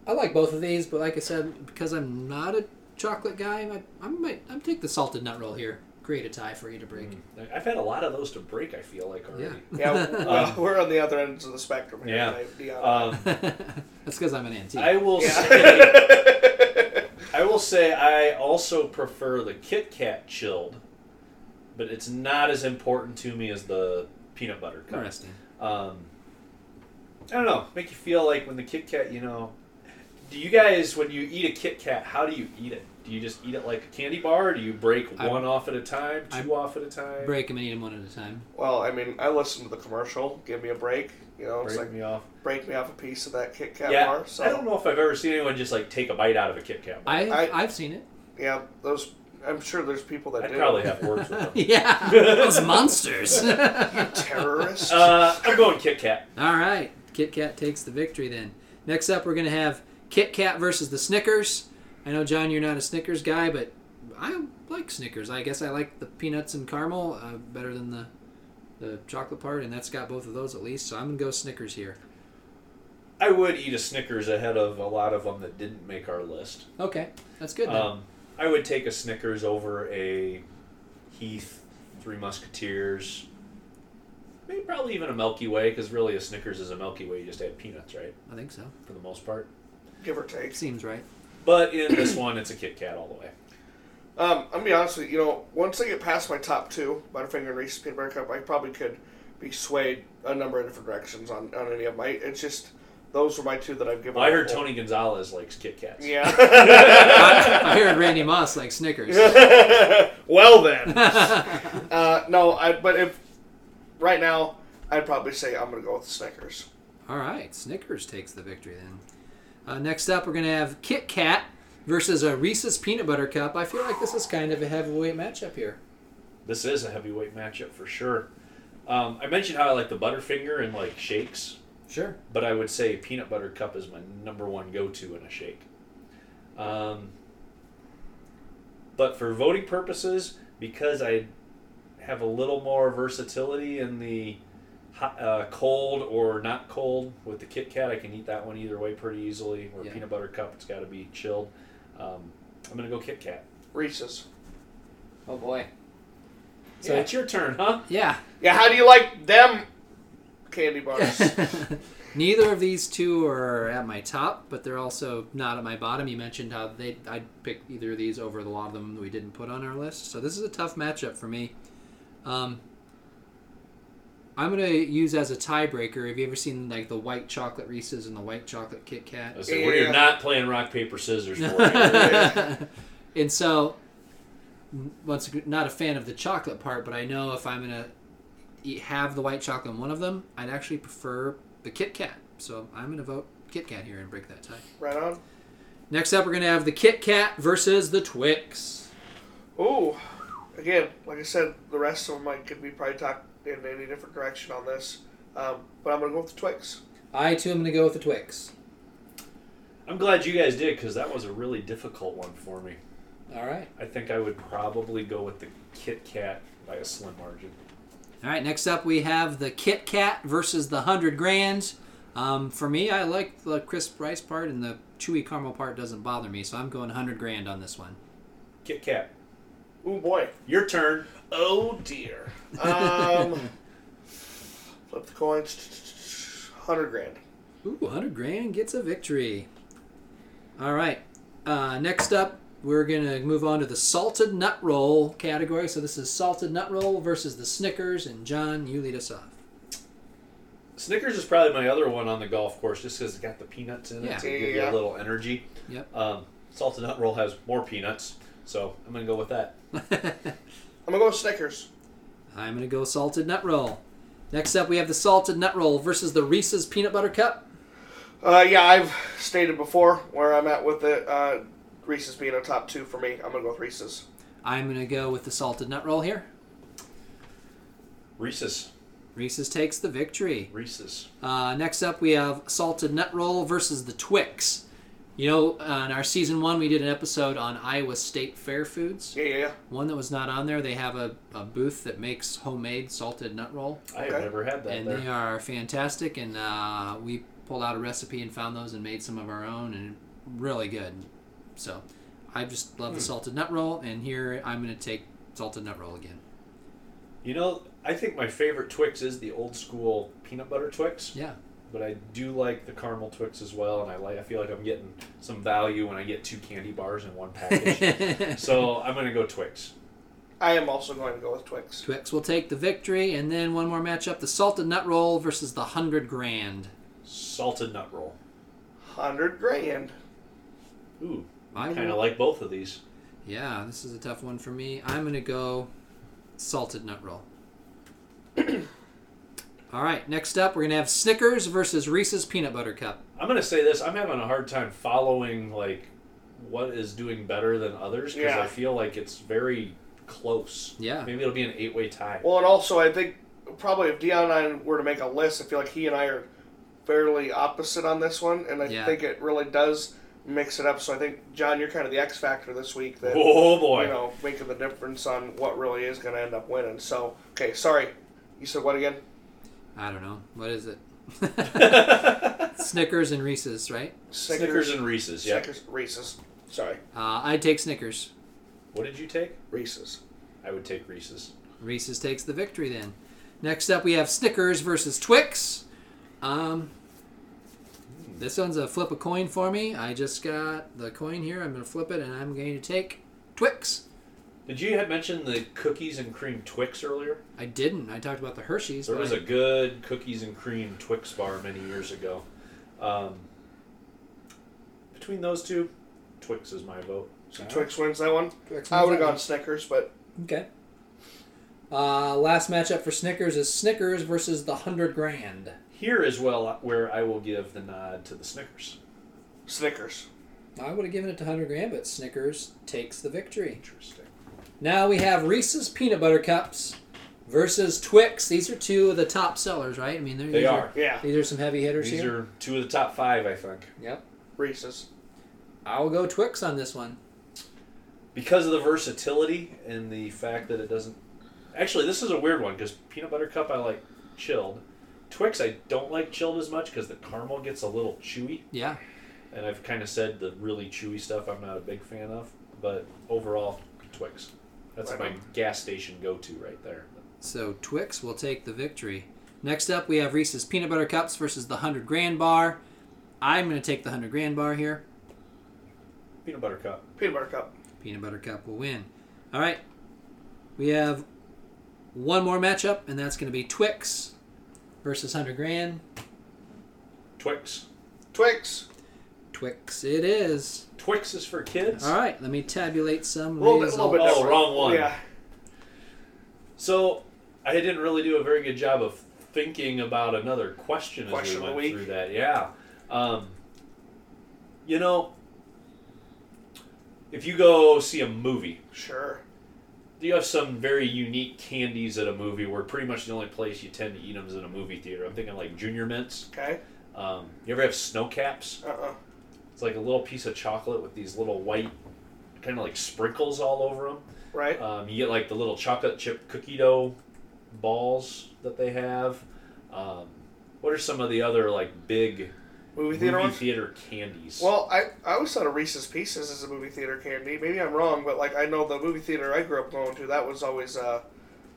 Speaker 1: I like both of these, but like I said, because I'm not a chocolate guy, I, I might I'm take the salted nut roll here. Create a tie for you to break.
Speaker 2: I've had a lot of those to break. I feel like already.
Speaker 3: Yeah, well, we're on the other ends of the spectrum. Here,
Speaker 2: Yeah.
Speaker 3: right, Dion?
Speaker 2: Um,
Speaker 1: That's because I'm an antique.
Speaker 2: I will say.
Speaker 3: yeah.
Speaker 2: I will say I also prefer the Kit Kat chilled, but it's not as important to me as the peanut butter cup.
Speaker 1: Interesting.
Speaker 2: Um, I don't know. Make you feel like when the Kit Kat, you know, do you guys when you eat a Kit Kat, how do you eat it? Do you just eat it like a candy bar? Or do you break
Speaker 1: I-
Speaker 2: one off at a time, 2
Speaker 1: I-
Speaker 2: off at a time?
Speaker 1: Break them and eat them one at a time.
Speaker 3: well, I mean, I listened to the commercial. Give me a break. You know, it's
Speaker 2: break
Speaker 3: like
Speaker 2: me off.
Speaker 3: break me off a piece of that Kit Kat
Speaker 2: yeah,
Speaker 3: bar. So
Speaker 2: I don't know if I've ever seen anyone just like take a bite out of a Kit Kat. Bar.
Speaker 1: I,
Speaker 3: I-
Speaker 1: I have seen it.
Speaker 3: yeah, those. I'm sure there's people that
Speaker 2: I'd
Speaker 3: do.
Speaker 2: probably have words with them.
Speaker 1: yeah, those monsters.
Speaker 3: Terrorists.
Speaker 2: Uh, I'm going Kit Kat.
Speaker 1: All right, Kit Kat takes the victory. Then next up, we're gonna have Kit Kat versus the Snickers. I know John, you're not a Snickers guy, but I like Snickers. I guess I like the peanuts and caramel uh, better than the the chocolate part, and that's got both of those at least. So I'm gonna go Snickers here.
Speaker 2: I would eat a Snickers ahead of a lot of them that didn't make our list.
Speaker 1: Okay, that's good. Then.
Speaker 2: Um, I would take a Snickers over a Heath, Three Musketeers, maybe probably even a Milky Way, because really a Snickers is a Milky Way. You just add peanuts, right,
Speaker 1: I think so.
Speaker 2: for the most part.
Speaker 3: give or take.
Speaker 1: Seems right.
Speaker 2: But in this one, it's a Kit Kat all the way.
Speaker 3: Um, I'm gonna be honest with you. You know, once I get past my top two, Butterfinger and Reese's Peanut Butter Cup, I probably could be swayed a number of different directions on, on any of my. It's just those were my two that I've given.
Speaker 2: Well, I heard
Speaker 3: up for.
Speaker 2: Tony Gonzalez likes Kit Kats.
Speaker 3: Yeah.
Speaker 1: I heard Randy Moss like Snickers.
Speaker 3: well then, uh, no. I but if right now, I'd probably say I'm gonna go with the Snickers.
Speaker 1: All right, Snickers takes the victory then. Uh, next up, we're going to have Kit Kat versus a Reese's Peanut Butter Cup. I feel like this is kind of a heavyweight matchup here.
Speaker 2: This is a heavyweight matchup for sure. Um, I mentioned how I like the Butterfinger and like shakes,
Speaker 1: Sure.
Speaker 2: but I would say peanut butter cup is my number one go to in a shake. Um, but for voting purposes, because I have a little more versatility in the hot, uh, cold or not cold with the Kit Kat, I can eat that one either way pretty easily. Or
Speaker 1: Yeah.
Speaker 2: peanut butter cup, it's got to be chilled. Um, I'm gonna go Kit Kat.
Speaker 3: Reese's.
Speaker 1: Oh boy.
Speaker 2: So
Speaker 1: So-
Speaker 2: it's your turn, huh?
Speaker 1: Yeah.
Speaker 3: Yeah. How do you like them candy bars?
Speaker 1: Neither of these two are at my top, but they're also not at my bottom. You mentioned how they I'd pick either of these over a lot of them that we didn't put on our list. So this is a tough matchup for me. Um, I'm gonna use as a tiebreaker. Have you ever seen like the white chocolate Reese's and the white chocolate Kit Kat?
Speaker 2: I said, we're
Speaker 3: Yeah.
Speaker 2: not playing rock paper scissors for it.
Speaker 3: Yeah.
Speaker 1: and so, n- once ag- not a fan of the chocolate part, but I know if I'm gonna eat, have the white chocolate in one of them, I'd actually prefer the Kit Kat. So I'm gonna vote Kit Kat here and break that tie.
Speaker 3: right on.
Speaker 1: Next up, we're gonna have the Kit Kat versus the Twix.
Speaker 3: Ooh, again, like I said, the rest of them I could be probably talked in any different direction on this, um, but I'm gonna go with the Twix.
Speaker 1: I too am gonna go with the Twix.
Speaker 2: I'm glad you guys did because that was a really difficult one for me.
Speaker 1: All right.
Speaker 2: I think I would probably go with the Kit Kat by a slim margin.
Speaker 1: All right, next up we have the Kit Kat versus the 100 Grand. Um, for me, I like the crisp rice part and the chewy caramel part doesn't bother me, so I'm going 100 grand on this one.
Speaker 2: Kit Kat,
Speaker 3: Ooh boy.
Speaker 2: your turn.
Speaker 3: Oh dear. Um, flip the coins. Hundred grand.
Speaker 1: Ooh, 100 grand gets a victory. All right. Uh, next up, we're going to move on to the salted nut roll category. So this is salted nut roll versus the Snickers, and John, you lead us off.
Speaker 2: Snickers is probably my other one on the golf course just because it's got the peanuts in it
Speaker 1: Yeah.
Speaker 2: to give you
Speaker 3: Yeah.
Speaker 2: a little energy.
Speaker 1: Yep.
Speaker 2: Um, salted nut roll has more peanuts, so I'm gonna go with that.
Speaker 3: I'm gonna go with Snickers.
Speaker 1: I'm going to go salted nut roll. Next up, we have the salted nut roll versus the Reese's peanut butter cup.
Speaker 3: Uh, yeah, I've stated before where I'm at with the uh, Reese's being a top two for me. I'm gonna go with Reese's.
Speaker 1: I'm going to go with the salted nut roll here.
Speaker 2: Reese's,
Speaker 1: Reese's takes the victory.
Speaker 2: Reese's.
Speaker 1: Uh, next up, we have salted nut roll versus the Twix. You know, on our season one, we did an episode on Iowa State Fair foods.
Speaker 3: Yeah, yeah, yeah.
Speaker 1: One that was not on there, they have a, a booth that makes homemade salted nut roll,
Speaker 2: I have
Speaker 3: Okay.
Speaker 2: never had that
Speaker 1: and
Speaker 2: there.
Speaker 1: they are fantastic. And uh, we pulled out a recipe and found those and made some of our own, and really good. So I just love the salted nut roll, and here I'm going to take salted nut roll again.
Speaker 2: You know, I think my favorite Twix is the old school peanut butter Twix.
Speaker 1: Yeah,
Speaker 2: but I do like the caramel Twix as well, and I like. I feel like I'm getting some value when I get two candy bars in one package. so I'm gonna go Twix.
Speaker 3: I am also going to go with Twix.
Speaker 1: Twix will take the victory, and then one more matchup: the salted nut roll versus the hundred grand.
Speaker 2: Salted nut roll.
Speaker 3: Hundred grand.
Speaker 2: Ooh,
Speaker 1: I
Speaker 2: kind of
Speaker 1: will-
Speaker 2: like both of these.
Speaker 1: Yeah, this is a tough one for me. I'm gonna go salted nut roll. All right, next up we're gonna have Snickers versus Reese's peanut butter cup.
Speaker 2: I'm gonna say this. I'm having a hard time following like what is doing better than others because
Speaker 3: Yeah.
Speaker 2: I feel like it's very close.
Speaker 1: Yeah.
Speaker 2: Maybe it'll be an eight way tie.
Speaker 3: Well, and also I think probably if Dion and I were to make a list, I feel like he and I are fairly opposite on this one, and I
Speaker 1: Yeah.
Speaker 3: think it really does mix it up. So I think John, you're kind of the X factor this week that
Speaker 2: oh boy.
Speaker 3: you know making the difference on what really is going to end up winning. So okay, sorry, you said what again?
Speaker 1: I don't know what is it. Snickers and Reese's, right?
Speaker 2: Snickers and Reese's. Yeah.
Speaker 3: Snickers, Reese's. Sorry,
Speaker 1: Uh, I'd take Snickers.
Speaker 2: What did you take?
Speaker 3: Reese's.
Speaker 2: I would take Reese's.
Speaker 1: Reese's takes the victory then. Next up we have Snickers versus Twix. Um, this one's a flip a coin for me. I just got the coin here. I'm gonna flip it, and I'm going to take Twix.
Speaker 2: Did you have mentioned the cookies and cream Twix earlier?
Speaker 1: I didn't. I talked about the Hershey's.
Speaker 2: There
Speaker 1: but
Speaker 2: was
Speaker 1: I-
Speaker 2: a good cookies and cream Twix bar many years ago. Um, between those two, Twix is my vote.
Speaker 3: So Twix wins that one.
Speaker 1: Twix
Speaker 3: I would have
Speaker 1: wins that
Speaker 3: gone
Speaker 1: one.
Speaker 3: Snickers, but
Speaker 1: Okay. Uh, last matchup for Snickers is Snickers versus the Hundred Grand.
Speaker 2: Here is well uh, where I will give the nod to the Snickers.
Speaker 3: Snickers.
Speaker 1: I would have given it to Hundred Grand, but Snickers takes the victory.
Speaker 2: Interesting.
Speaker 1: Now we have Reese's Peanut Butter Cups versus Twix. These are two of the top sellers, right? I mean, they're,
Speaker 2: They
Speaker 1: these
Speaker 2: are.
Speaker 3: Yeah,
Speaker 1: These are some heavy hitters
Speaker 2: These
Speaker 1: here.
Speaker 2: are two of the top five, I think.
Speaker 1: Yep.
Speaker 3: Reese's.
Speaker 1: I'll go Twix on this one.
Speaker 2: Because of the versatility and the fact that it doesn't. Actually, this is a weird one because peanut butter cup I like chilled. Twix I don't like chilled as much because the caramel gets a little chewy.
Speaker 1: Yeah.
Speaker 2: and I've kind of said the really chewy stuff I'm not a big fan of, but overall, Twix. That's
Speaker 3: Right
Speaker 2: my
Speaker 3: on.
Speaker 2: gas station go to right there.
Speaker 1: So Twix will take the victory. Next up, we have Reese's Peanut Butter Cups versus the 100 Grand Bar. I'm going to take the 100 Grand Bar here.
Speaker 2: Peanut butter cup.
Speaker 3: Peanut butter cup.
Speaker 1: Peanut Butter Cup will win. All right. We have one more matchup, and that's going to be Twix versus 100 Grand.
Speaker 2: Twix.
Speaker 3: Twix.
Speaker 1: Twix it is.
Speaker 2: Twix is for kids.
Speaker 1: All right, let me tabulate some
Speaker 3: A little bit,
Speaker 1: results.
Speaker 3: little bit
Speaker 2: Oh,
Speaker 3: different.
Speaker 2: wrong one.
Speaker 3: Yeah.
Speaker 2: So I didn't really do a very good job of thinking about another question, as
Speaker 3: Question of
Speaker 2: we
Speaker 3: the
Speaker 2: went
Speaker 3: week.
Speaker 2: through that. Yeah. Um, you know, if you go see a movie,
Speaker 3: Sure.
Speaker 2: Do you have some very unique candies at a movie where pretty much the only place you tend to eat them is in a movie theater? I'm thinking like Junior Mints.
Speaker 3: Okay.
Speaker 2: Um, you ever have snow caps?
Speaker 3: Uh uh
Speaker 2: It's like a little piece of chocolate with these little white, kind of like sprinkles all over them.
Speaker 3: Right.
Speaker 2: Um, you get like the little chocolate chip cookie dough balls that they have. Um, what are some of the other like big
Speaker 3: Movie
Speaker 2: movie
Speaker 3: theater.
Speaker 2: theater,
Speaker 3: ones?
Speaker 2: candies?
Speaker 3: Well, I, I always thought of Reese's Pieces as a movie theater candy. Maybe I'm wrong, but like I know the movie theater I grew up going to, that was always uh,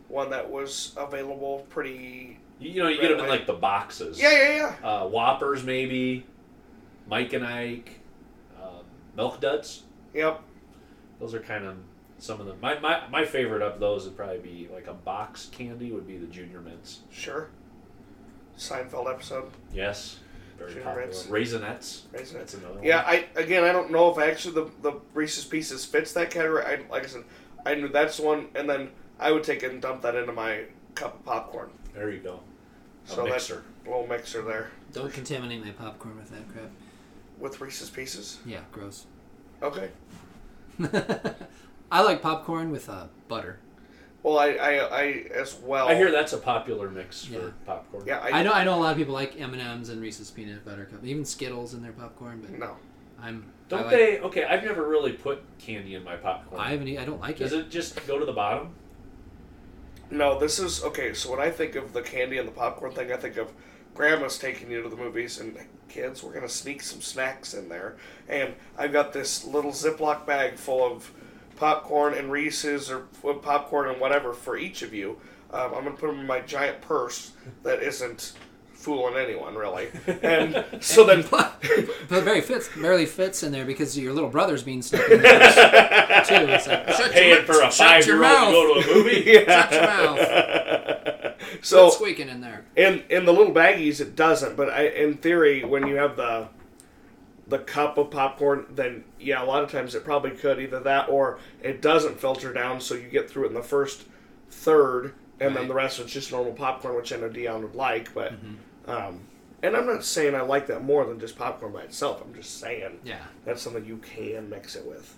Speaker 3: one that was available pretty.
Speaker 2: you, you know, you get them in
Speaker 3: Right.
Speaker 2: like the boxes.
Speaker 3: Yeah, yeah, yeah.
Speaker 2: Uh, Whoppers maybe. Mike and Ike. Um, Milk Duds.
Speaker 3: Yep.
Speaker 2: those are kind of some of the my, my, my favorite of those would probably be like a box candy would be the junior mints
Speaker 3: Sure. Seinfeld episode.
Speaker 2: yes very
Speaker 3: Junior
Speaker 2: popular
Speaker 3: Mints.
Speaker 2: raisinets
Speaker 3: Raisin
Speaker 2: that's another
Speaker 3: Yeah,
Speaker 2: one
Speaker 3: I again, I don't know if actually the the Reese's Pieces fits that category. I, like I said, I knew that's one, and then I would take it and dump that into my cup of popcorn.
Speaker 2: there you go a
Speaker 3: So that-
Speaker 2: mixer
Speaker 3: Little mixer there
Speaker 1: Don't contaminate my popcorn with that crap.
Speaker 3: with Reese's Pieces.
Speaker 1: Yeah, gross.
Speaker 3: Okay.
Speaker 1: I like popcorn with uh, butter.
Speaker 3: Well, I I, I as well.
Speaker 2: i hear that's a popular mix for
Speaker 1: Yeah.
Speaker 2: popcorn
Speaker 3: Yeah, I,
Speaker 1: I know I know a lot of people like M and M's and Reese's peanut butter cup, even Skittles in their popcorn. But
Speaker 3: No.
Speaker 1: I'm I
Speaker 2: don't
Speaker 1: like-
Speaker 2: they okay i've never really put candy in my popcorn
Speaker 1: I haven't. e- I don't like
Speaker 2: does
Speaker 1: it.
Speaker 2: it just go to the bottom
Speaker 3: No, this is okay. So when I think of the candy and the popcorn thing, I think of grandma's taking you to the movies and kids, we're gonna sneak some snacks in there. And I've got this little Ziploc bag full of popcorn and Reese's or f- popcorn and whatever for each of you. Um, I'm gonna put them in my giant purse that isn't fooling anyone really. And so then,
Speaker 1: but it very fits barely fits in there because your little brother's being stuck in there too. It's like, shut your,
Speaker 2: paying for a
Speaker 1: shut your
Speaker 2: five-year-old
Speaker 1: mouth.
Speaker 2: to go to a movie
Speaker 1: Shut your mouth.
Speaker 3: so
Speaker 1: Quit squeaking in there.
Speaker 3: In in the little baggies, it doesn't. But I, in theory, when you have the the cup of popcorn, then yeah, a lot of times it probably could either that or it doesn't filter down, so you get through it in the first third, and then
Speaker 1: Right.
Speaker 3: the rest is just normal popcorn, which I know Dion would like. But
Speaker 1: Mm-hmm.
Speaker 3: um, and I'm not saying I like that more than just popcorn by itself. I'm just saying
Speaker 1: Yeah.
Speaker 3: that's something you can mix it with.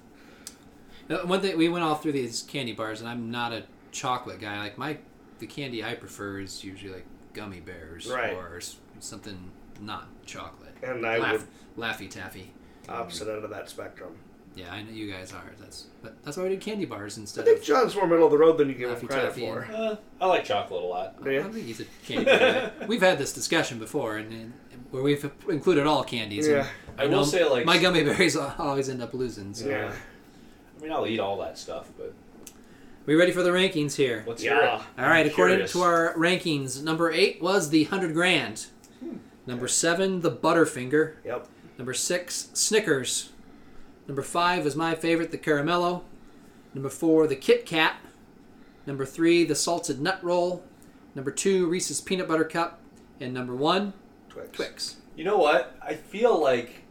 Speaker 1: Uh, One thing we went all through these candy bars, and I'm not a chocolate guy. Like my, the candy I prefer is usually like gummy bears
Speaker 3: Right.
Speaker 1: or s- something not chocolate.
Speaker 3: And I
Speaker 1: Laff-
Speaker 3: would
Speaker 1: Laffy Taffy.
Speaker 3: opposite end of that spectrum.
Speaker 1: Yeah, I know you guys are. That's but that's why we did candy bars
Speaker 3: I
Speaker 1: instead
Speaker 3: think
Speaker 1: of.
Speaker 3: John's more middle of the road than you give
Speaker 1: Laffy
Speaker 3: him credit
Speaker 1: Taffy
Speaker 3: for.
Speaker 2: uh, i like chocolate a lot
Speaker 3: Do
Speaker 1: I
Speaker 3: you?
Speaker 1: don't think he's a candy bar guy. We've had this discussion before, and, and where we've included all candies. and
Speaker 3: Yeah.
Speaker 2: I will
Speaker 1: know
Speaker 2: say, like-
Speaker 1: my gummy berries al- always end up losing. So.
Speaker 3: Yeah.
Speaker 2: i mean i'll eat all that stuff but
Speaker 1: We ready for the rankings here?
Speaker 2: let's hear
Speaker 3: Yeah.
Speaker 2: it
Speaker 1: All right,
Speaker 2: I'm
Speaker 1: according
Speaker 2: curious.
Speaker 1: to our rankings, number eight was the 100 grand.
Speaker 3: Hmm.
Speaker 1: Number seven, the Butterfinger.
Speaker 3: Yep.
Speaker 1: Number six, Snickers. Number five was my favorite, the Caramello. Number four, the Kit Kat. Number three, the salted nut roll. Number two, Reese's peanut butter cup. And number one,
Speaker 3: Twix.
Speaker 1: Twix.
Speaker 2: You know what? I feel like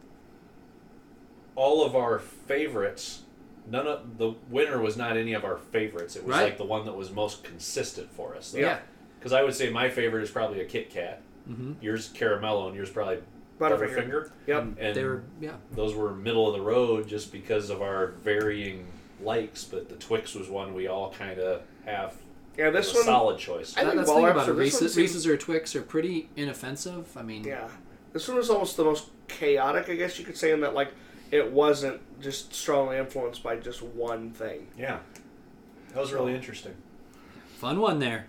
Speaker 2: all of our favorites. None of the winner was not any of our favorites. It was
Speaker 1: Right.
Speaker 2: like the one that was most consistent for us.
Speaker 1: Yeah.
Speaker 2: Because I would say my favorite is probably a Kit Kat.
Speaker 1: Mm-hmm.
Speaker 2: Yours Caramello, and yours probably
Speaker 3: Butterfinger.
Speaker 2: Butterfinger.
Speaker 3: Yep.
Speaker 2: And
Speaker 1: they were, yeah.
Speaker 2: those were middle of the road just because of our varying likes. But the Twix was one we all kind of have.
Speaker 3: Yeah,
Speaker 2: as
Speaker 3: this
Speaker 2: a
Speaker 3: one.
Speaker 2: solid choice.
Speaker 3: I
Speaker 1: That-
Speaker 3: think
Speaker 1: that's the thing
Speaker 3: Ball
Speaker 1: about it.
Speaker 3: Raptor, this one
Speaker 1: Reese's,
Speaker 3: seems-
Speaker 1: Reese's or Twix are pretty inoffensive. I mean,
Speaker 3: Yeah, this one was almost the most chaotic, I guess you could say, in that like it wasn't just strongly influenced by just one thing.
Speaker 2: Yeah, that was really interesting.
Speaker 1: fun one there.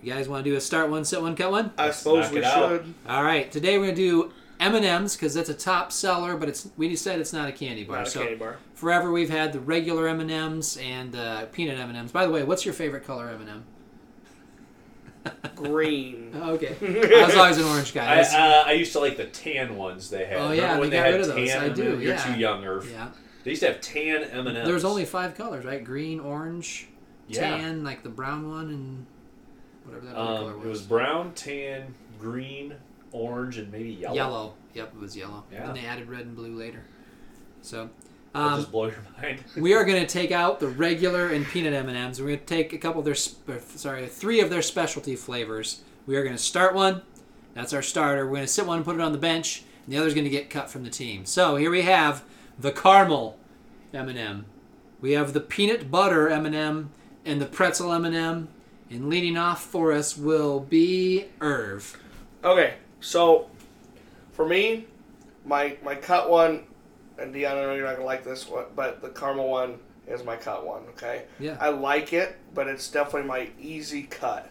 Speaker 1: You guys want to do a start one, sit one, cut one?
Speaker 3: I
Speaker 2: Let's
Speaker 3: suppose
Speaker 2: knock
Speaker 3: we
Speaker 2: it out.
Speaker 3: should.
Speaker 1: All right, today we're gonna do M and M's because that's a top seller, but it's we just said it's not a candy bar.
Speaker 3: Not a
Speaker 1: so
Speaker 3: candy bar.
Speaker 1: forever we've had the regular M and M's and uh, peanut M and M's. By the way, what's your favorite color M and M?
Speaker 3: Green.
Speaker 1: Oh, Okay, I was always an orange guy.
Speaker 2: I,
Speaker 1: That's-
Speaker 2: uh, I used to like the tan ones they had.
Speaker 1: Oh,
Speaker 2: Remember
Speaker 1: yeah,
Speaker 2: when
Speaker 1: they
Speaker 2: they,
Speaker 1: got
Speaker 2: had
Speaker 1: rid of
Speaker 2: tan.
Speaker 1: those. I do,
Speaker 2: M&Ms? You're
Speaker 1: yeah.
Speaker 2: too young, Irv.
Speaker 1: yeah,
Speaker 2: They used to have tan M and M's.
Speaker 1: there's only five colors, right? Green, orange,
Speaker 2: Yeah.
Speaker 1: tan, like the brown one, and whatever that other color
Speaker 2: Um,
Speaker 1: was.
Speaker 2: it was brown, tan, green, orange, and maybe yellow.
Speaker 1: Yellow. Yep, it was yellow.
Speaker 2: Yeah.
Speaker 1: And they added red and blue later. So,
Speaker 2: That'll
Speaker 1: um,
Speaker 2: just blow your mind.
Speaker 1: we are going to take out the regular and peanut M and M's. We're going to take a couple of their, sp- or, sorry, three of their specialty flavors. We are going to start one. That's our starter. We're going to sit one and put it on the bench. And the other's going to get cut from the team. So here we have the caramel M and M. We have the peanut butter M and M and the pretzel M and M. And leading off for us will be Irv.
Speaker 3: Okay, so for me, my my cut one, and Dion, I know you're not gonna like this one, but the caramel one is my cut one. Okay.
Speaker 1: Yeah.
Speaker 3: I like it, but it's definitely my easy cut.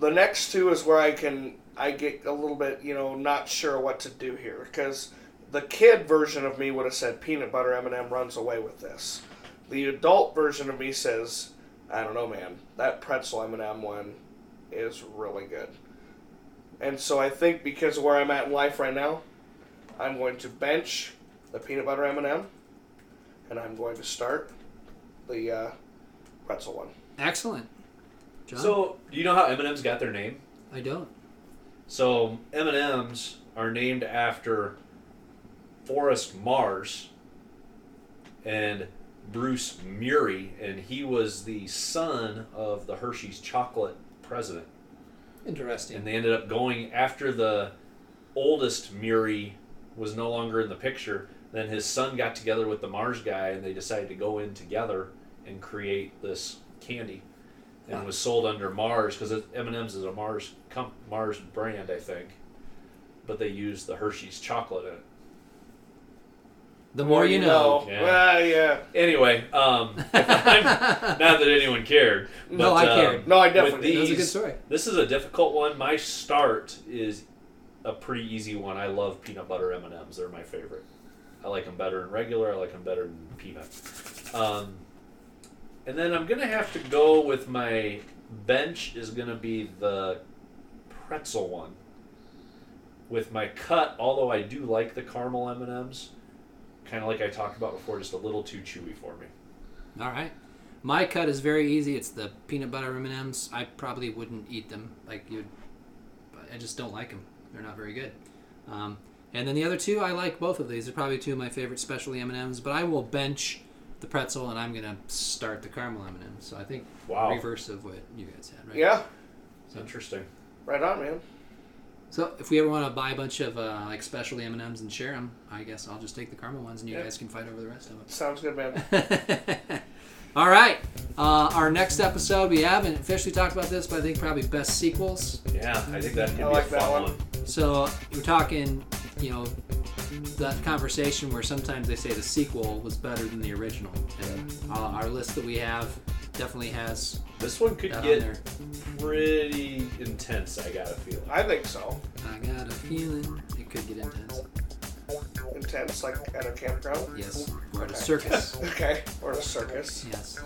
Speaker 3: The next two is where I can I get a little bit you know not sure what to do here because the kid version of me would have said peanut butter M and m runs away with this. The adult version of me says I don't know, man. That pretzel M and m one is really good. And so I think because of where I'm at in life right now, I'm going to bench the peanut butter M and m and I'm going to start the uh, pretzel one.
Speaker 1: Excellent. John?
Speaker 2: So, do you know how M and M's got their name?
Speaker 1: I don't.
Speaker 2: So M and M's are named after Forrest Mars and Bruce Murray, and he was the son of the Hershey's chocolate president.
Speaker 1: Interesting.
Speaker 2: And they ended up going after the oldest Murray was no longer in the picture. Then his son got together with the Mars guy, and they decided to go in together and create this candy. And
Speaker 1: Huh.
Speaker 2: was sold under Mars because M and M's is a Mars com- Mars brand, I think. But they used the Hershey's chocolate in it.
Speaker 1: The more you know.
Speaker 3: Yeah. Well, yeah.
Speaker 2: Anyway, um, not that anyone cared. But,
Speaker 1: No, I
Speaker 2: um,
Speaker 1: cared.
Speaker 3: No, I
Speaker 2: with
Speaker 3: definitely.
Speaker 1: That was a good
Speaker 2: these-
Speaker 1: story.
Speaker 2: This is a difficult one. My start is a pretty easy one. I love peanut butter M and M's. They're my favorite. I like them better than regular. I like them better than peanut. Um, and then I'm gonna have to go with my bench is gonna be the pretzel one. With my cut, although I do like the caramel M and M's, kind of like I talked about before, just a little too chewy for me.
Speaker 1: All right. My cut is very easy. It's the peanut butter M&Ms. I probably wouldn't eat them. Like you, I just don't like them. They're not very good. Um, and then the other two, I like both of these. They're probably two of my favorite specialty M&Ms. But I will bench the pretzel and I'm gonna start the caramel M&M. So I think
Speaker 2: Wow,
Speaker 1: reverse of what you guys had, right?
Speaker 3: Yeah,
Speaker 2: It's interesting.
Speaker 3: right on, man.
Speaker 1: So if we ever want to buy a bunch of uh, like specialty M and M's and share them, I guess I'll just take the caramel ones, and you
Speaker 3: Yeah.
Speaker 1: guys can fight over the rest of
Speaker 3: Sounds good, man.
Speaker 1: them. All right, uh, our next episode we haven't officially talked about this, but I think probably best sequels.
Speaker 2: Yeah, I think that could
Speaker 3: I
Speaker 2: be
Speaker 3: like
Speaker 2: a
Speaker 3: that
Speaker 2: fun
Speaker 3: one.
Speaker 2: one.
Speaker 1: So we're talking, you know, that conversation where sometimes they say the sequel was better than the original. And uh, our list that we have definitely has
Speaker 2: This one could
Speaker 1: that on
Speaker 2: get
Speaker 1: there.
Speaker 2: pretty intense, I got a feeling.
Speaker 3: I think so.
Speaker 1: I got a feeling it could get intense.
Speaker 3: Intense, like at a campground.
Speaker 1: Yes, we're at a
Speaker 3: Okay.
Speaker 1: circus.
Speaker 3: Okay, or a circus.
Speaker 1: Yes,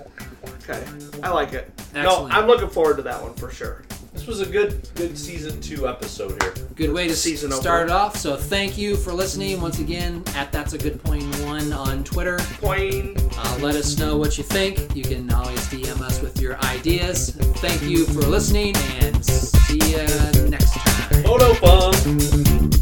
Speaker 3: Okay, I like it. No,
Speaker 1: excellent.
Speaker 3: I'm looking forward to that one for sure.
Speaker 1: Yes.
Speaker 2: This was a good good season two episode here.
Speaker 1: Good way to
Speaker 3: Season
Speaker 1: s-
Speaker 3: over.
Speaker 1: start it off. So thank you for listening once again at That's a Good Point One on Twitter.
Speaker 3: Plain.
Speaker 1: Uh, let us know what you think. You can always DM us with your ideas. Thank you for listening and see you next time.
Speaker 2: Photo bomb.